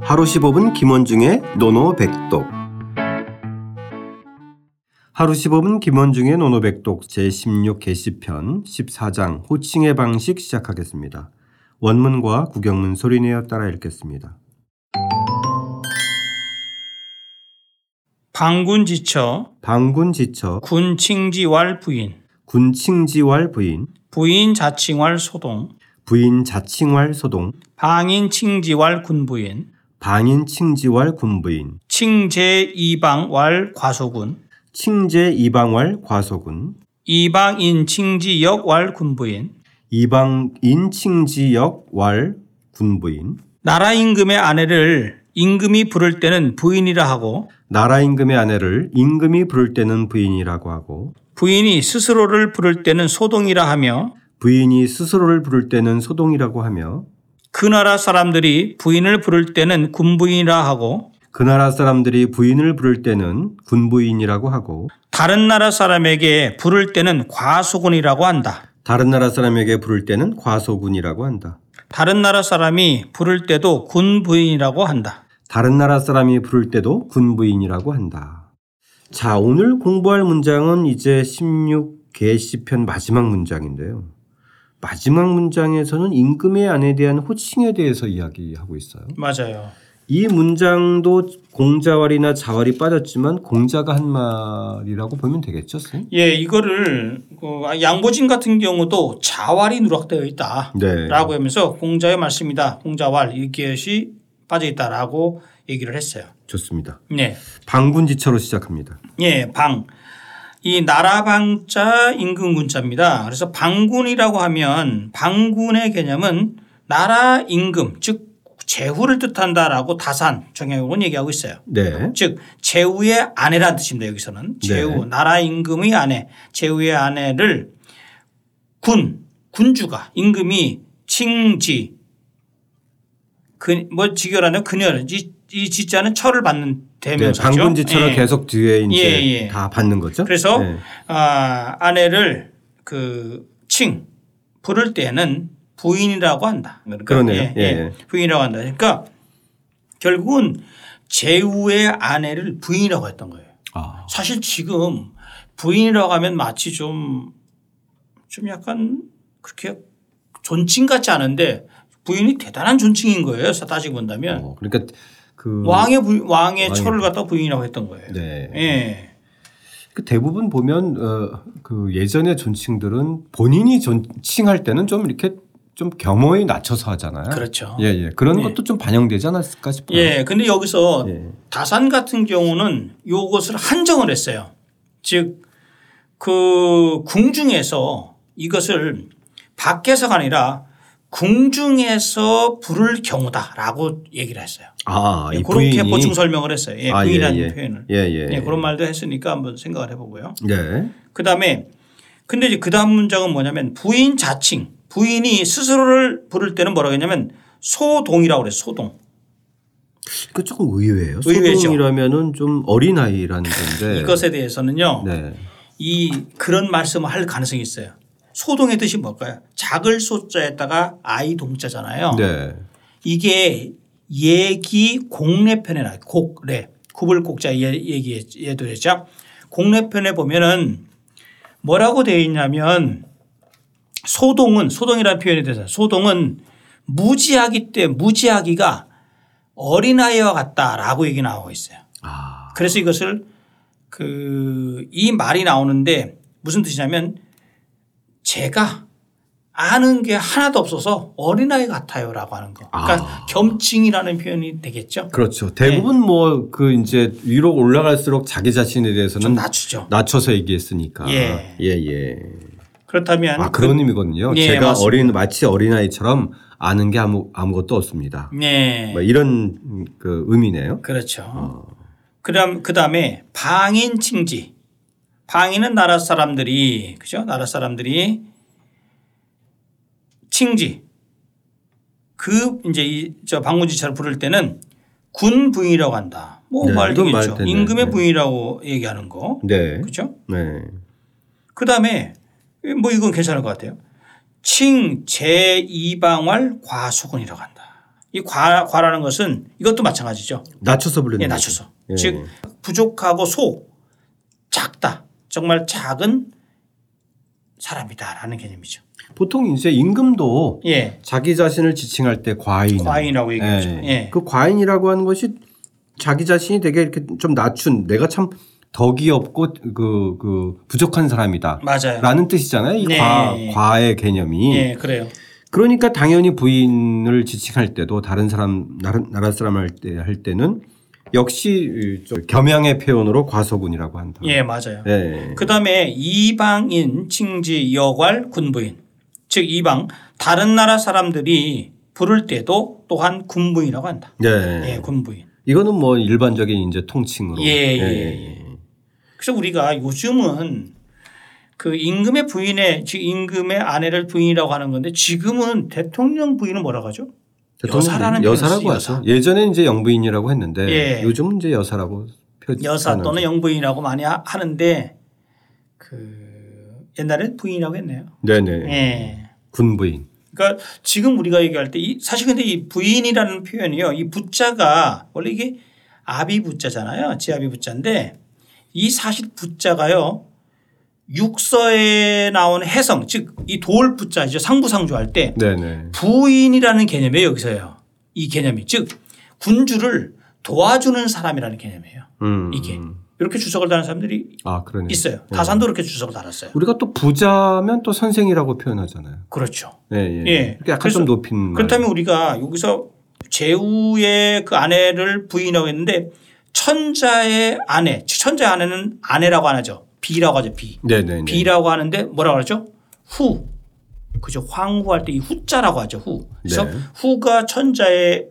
하루 15분 김원중의 노노백독 하루 15분 김원중의 노노백독 제16 게시편 14장 호칭의 방식 시작하겠습니다. 원문과 구경문 소리내어 따라 읽겠습니다. 방군지처 방군지처 군칭지왈 부인 군칭지왈 부인 부인 자칭왈 소동 부인 자칭왈 소동 방인칭지왈 군부인 방인칭지왈 군부인 칭제이방왈 과소군 칭제이방왈 과소군 이방인칭지역왈 군부인 이방인칭지역왈 군부인 나라 임금의 아내를 임금이 부를 때는 부인이라 하고 나라 임금의 아내를 임금이 부를 때는 부인이라고 하고 부인이 스스로를 부를 때는 소동이라 하며 부인이 스스로를 부를 때는 소동이라고 하며 그 나라 사람들이 부인을 부를 때는 군부인이라 하고 그 나라 사람들이 부인을 부를 때는 군부인이라고 하고 다른 나라 사람에게 부를 때는 과소군이라고 한다. 다른 나라 사람에게 부를 때는 과소군이라고 한다. 다른 나라 사람이 부를 때도 군부인이라고 한다. 다른 나라 사람이 부를 때도 군부인이라고 한다. 자, 오늘 공부할 문장은 이제 16 게시편 마지막 문장인데요. 마지막 문장에서는 임금의 안에 대한 호칭에 대해서 이야기하고 있어요. 맞아요. 이 문장도 공자왈이나 자왈이 빠졌지만 공자가 한 말이라고 보면 되겠죠, 선생님? 예, 이거를 그 양보진 같은 경우도 자활이 누락되어 있다라고 네. 하면서 공자의 말씀이다. 공자왈 이것이 빠져 있다라고 얘기를 했어요. 좋습니다. 예, 방군지처로 시작합니다. 예, 방. 이 나라방자 임금군자입니다. 그래서 방군이라고 하면 방군의 개념은 나라 임금 즉 제후를 뜻한다라고 다산 정약용은 얘기하고 있어요. 네. 즉 제후의 아내라는 뜻입니다. 여기서는 제후 나라 임금의 아내 제후의 아내를 군 군주가 임금이 칭지 그뭐 직결하는 그녀 이, 이 지자는 철을 받는 네, 대명사죠. 방군지처로 예. 계속 뒤에 이제 예, 예. 다 받는 거죠. 그래서 네. 아, 아내를 그 칭 부를 때는 부인이라고 한다. 그러니까 그러네요. 예, 예, 예. 부인이라고 한다. 그러니까 결국은 제후의 아내를 부인이라고 했던 거예요. 아, 사실 지금 부인이라고 하면 마치 좀 좀 약간 그렇게 존칭 같지 않은데 부인이 대단한 존칭인 거예요. 따지고 본다면 뭐? 어, 그러니까 그 왕의 부, 음. 왕의 왕의 철을 갖다 부인이라고 했던 거예요. 네. 예. 그 대부분 보면 어, 그 예전의 존칭들은 본인이 존칭할 때는 좀 이렇게 좀 겸허에 낮춰서 하잖아요. 그렇죠. 예, 예. 그런 예. 것도 좀 반영되지 않았을까 싶어요. 예, 근데 여기서 예. 다산 같은 경우는 요것을 한정을 했어요. 즉, 그 궁중에서 이것을 밖에서가 아니라 궁중에서 부를 경우다라고 얘기를 했어요. 아, 예, 이 그렇게 부인이 보충 설명을 했어요. 예, 아, 부인이라는 예, 예. 표현을. 예, 예. 예, 그런 말도 했으니까 한번 생각을 해보고요. 네. 그 다음에 근데 이제 그 다음 문장은 뭐냐면 부인 자칭 부인이 스스로를 부를 때는 뭐라고 했냐면 소동이라고 그래요. 소동. 그 조금 의외예요. 의외죠. 소동이라면은 좀 어린 아이라는 건데. 이것에 대해서는요. 네. 이 그런 말씀을 할 가능성이 있어요. 소동의 뜻이 뭘까요? 작을 소자에다가 아이 동자잖아요. 네. 이게 예기 공래편에 나 곡래 구불곡자 예- 얘기 예도했죠. 공래편에 보면은 뭐라고 되어 있냐면 소동은 소동이라는 표현이 되서 소동은 무지하기 때 무지하기가 어린아이와 같다라고 얘기 나오고 있어요. 아. 그래서 이것을 그 이 말이 나오는데 무슨 뜻이냐면 제가 아는 게 하나도 없어서 어린아이 같아요라고 하는 거. 그러니까 아. 겸칭이라는 표현이 되겠죠. 그렇죠. 대부분 예. 뭐 그 이제 위로 올라갈수록 자기 자신에 좀 대해서는 낮추죠. 낮춰서 얘기했으니까. 예. 예, 예. 그렇다면 아, 그런 의미거든요. 예, 제가 맞습니다. 어린 마치 어린아이처럼 아는 게 아무 아무것도 없습니다. 네. 뭐 이런 음, 그 의미네요. 그렇죠. 어. 그럼 그다음에 방인 칭지. 방인은 나라 사람들이 그죠? 나라 사람들이 칭지. 그 이제 이 저 방군지처럼 부를 때는 군 부인이라고 한다. 뭐 네, 말도 이건 있죠. 말 되네. 임금의 네. 부인이라고 얘기하는 거. 네. 그렇죠? 네. 그다음에 뭐 이건 괜찮을 것 같아요. 칭 제이방활 과수군이라고 한다. 이 과, 과라는 것은 이것도 마찬가지죠. 낮춰서 불렀는 예, 낮춰서. 예. 즉 부족하고 소 작다. 정말 작은 사람이다라는 개념이죠. 보통 이제 임금도 예. 자기 자신을 지칭할 때 과인. 과인이라고 얘기하죠. 예. 그 과인이라고 하는 것이 자기 자신이 되게 이렇게 좀 낮춘 내가 참 덕이 없고 그, 그 부족한 사람이다. 맞아요. 라는 뜻이잖아요. 이 네. 과, 과의 개념이. 예, 그래요. 그러니까 당연히 부인을 지칭할 때도 다른 사람, 나라, 나라 사람 할 때, 할 때는 역시 좀 겸양의 표현으로 과소군이라고 한다. 예, 맞아요. 예. 그다음에 이방인, 칭지, 여괄, 군부인. 즉 이방 다른 나라 사람들이 부를 때도 또한 군부인이라고 한다. 예. 예, 군부인. 이거는 뭐 일반적인 이제 통칭으로. 예, 예, 예. 그래서 우리가 요즘은 그 임금의 부인의 즉 임금의 아내를 부인이라고 하는 건데 지금은 대통령 부인은 뭐라고 하죠? 대통령 여사라는 여사라고 표현을 하죠. 예전에 이제 영부인이라고 했는데 예. 요즘은 이제 여사라고 표 여사 표현하죠. 또는 영부인이라고 많이 하- 하는데 그 옛날엔 부인이라고 했네요. 네네 예. 군부인. 그러니까 지금 우리가 얘기할 때 이 사실 근데 이 부인이라는 표현이요. 이 부자가 원래 이게 아비 부자잖아요. 지아비 부자인데 이 사실 부자가요. 육서에 나온 해성 즉 이 돌 부자죠. 상부상조 할때 네네 부인이라는 개념이에요 여기서요. 이 개념이 즉 군주를 도와주는 사람이라는 개념이에요. 음. 이게. 이렇게 주석을 다는 사람들이 아 그러네. 있어요. 다산도 이렇게 주석을 달았어요. 우리가 또 부자면 또 선생이라고 표현하잖아요. 그렇죠. 예, 예. 예. 이렇게 약간 좀 높인. 그렇다면 우리가 여기서 제우의 그 아내를 부인하고 했는데 천자의 아내, 천자의 아내는 아내라고 안 하죠. 비라고 하죠. 비. 말. 네네네. 비라고 하는데 뭐라고 하죠? 후. 그죠. 황후할 때 이 후자라고 하죠. 후. 그래서 네. 후가 천자의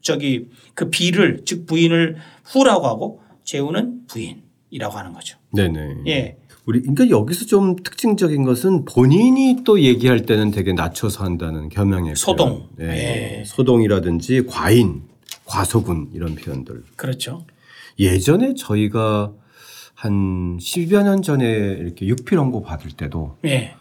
저기 그 비를 즉 부인을 후라고 하고 제후는 부인이라고 하는 거죠. 네네. 예. 우리 그러니까 여기서 좀 특징적인 것은 본인이 또 얘기할 때는 되게 낮춰서 한다는 겸양의 소동. 표현. 예. 소동이라든지 과인, 과소군 이런 표현들. 그렇죠. 예전에 저희가 한 10여 년 전에 이렇게 육필원고 받을 때도 예.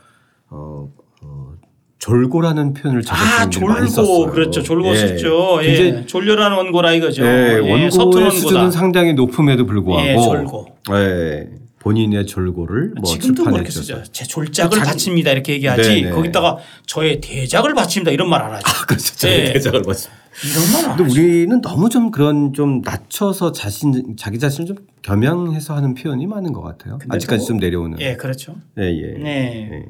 어, 어, 졸고라는 표현을 아, 자제했는데 많이 졸고. 썼어요. 그렇죠. 졸고 예. 썼죠. 예. 굉장히- 졸려란 원고라 이거죠. 예, 서툰 원고의 수준은 상당히 높음에도 불구하고 예, 졸고. 아, 예, 본인의 졸고를 뭐 지금도 그렇게 출판했죠. 쓰죠. 제 졸작을 자기- 바칩니다 이렇게 얘기하지. 네네. 거기다가 저의 대작을 바칩니다 이런 말 안 하죠. 그렇죠. 예. 대작을 봤어. 이런 말 안 하죠. 근데 우리는 너무 좀 그런 좀 낮춰서 자신 자기 자신을 좀 겸양해서 하는 표현이 많은 것 같아요. 근데 아직까지 또- 좀 내려오는. 예, 그렇죠. 예, 예. 네. 예.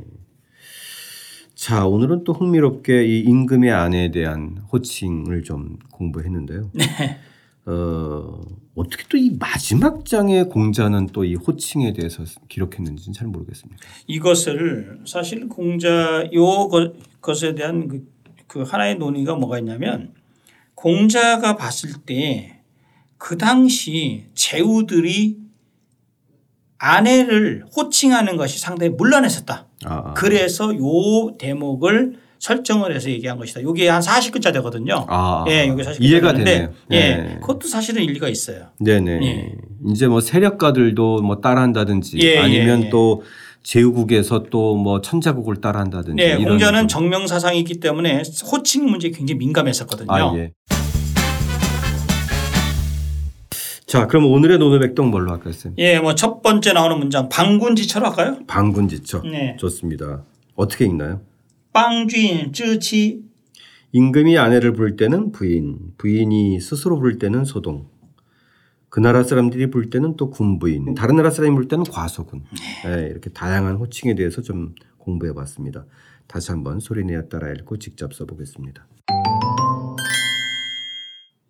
자, 오늘은 또 흥미롭게 이 임금의 아내에 대한 호칭을 좀 공부했는데요. 네. 어, 어떻게 또 이 마지막 장의 공자는 또 이 호칭에 대해서 기록했는지는 잘 모르겠습니다. 이것을 사실 공자 요 것- 것에 대한 그, 그 하나의 논의가 뭐가 있냐면 공자가 봤을 때 그 당시 제후들이 아내를 호칭하는 것이 상당히 문란했었다. 아, 아. 그래서 요 대목을 설정을 해서 얘기한 것이다. 요게 한 40글자 되거든요. 아, 아. 예, 요게 40글자. 이해가 되네요. 예, 예. 그것도 사실은 일리가 있어요. 네네. 예. 이제 뭐 세력가들도 뭐 따라한다든지 예, 예, 아니면 예. 또 제후국에서 또 뭐 천자국을 따라한다든지. 네, 이런 공자는 좀- 정명사상이 있기 때문에 호칭 문제에 굉장히 민감했었거든요. 아, 예. 자, 그럼 오늘의 노노백동 뭘로 할까요, 쌤? 예, 뭐 첫 번째 나오는 문장 방군지처럼 할까요? 방군지처. 네. 좋습니다. 어떻게 읽나요? 빵쥔 쯔치 임금이 아내를 부를 때는 부인, 부인이 스스로 부를 때는 소동. 그 나라 사람들이 부를 때는 또 음. 군부인, 다른 나라 사람이 부를 때는 과소군. 네. 예, 이렇게 다양한 호칭에 대해서 좀 공부해 봤습니다. 다시 한번 소리내어 따라 읽고 직접 써보겠습니다.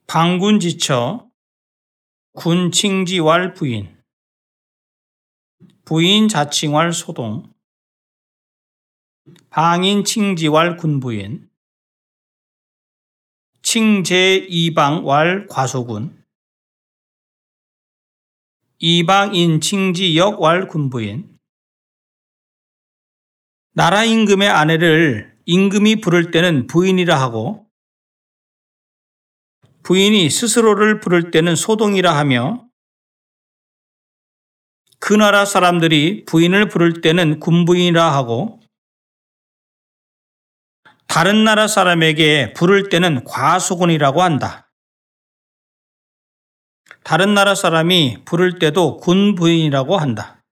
방군지처 군칭지왈 부인 부인 자칭왈 소동 방인칭지왈 군부인 칭제이방왈 과소군 이방인칭지역왈 군부인 나라 임금의 아내를 임금이 부를 때는 부인이라 하고 부인이 스스로를 부를 때는 소동이라 하며 그 나라 사람들이 부인을 부를 때는 군부인이라 하고 다른 나라 사람에게 부를 때는 과수군이라고 한다. 다른 나라 사람이 부를 때도 군부인이라고 한다.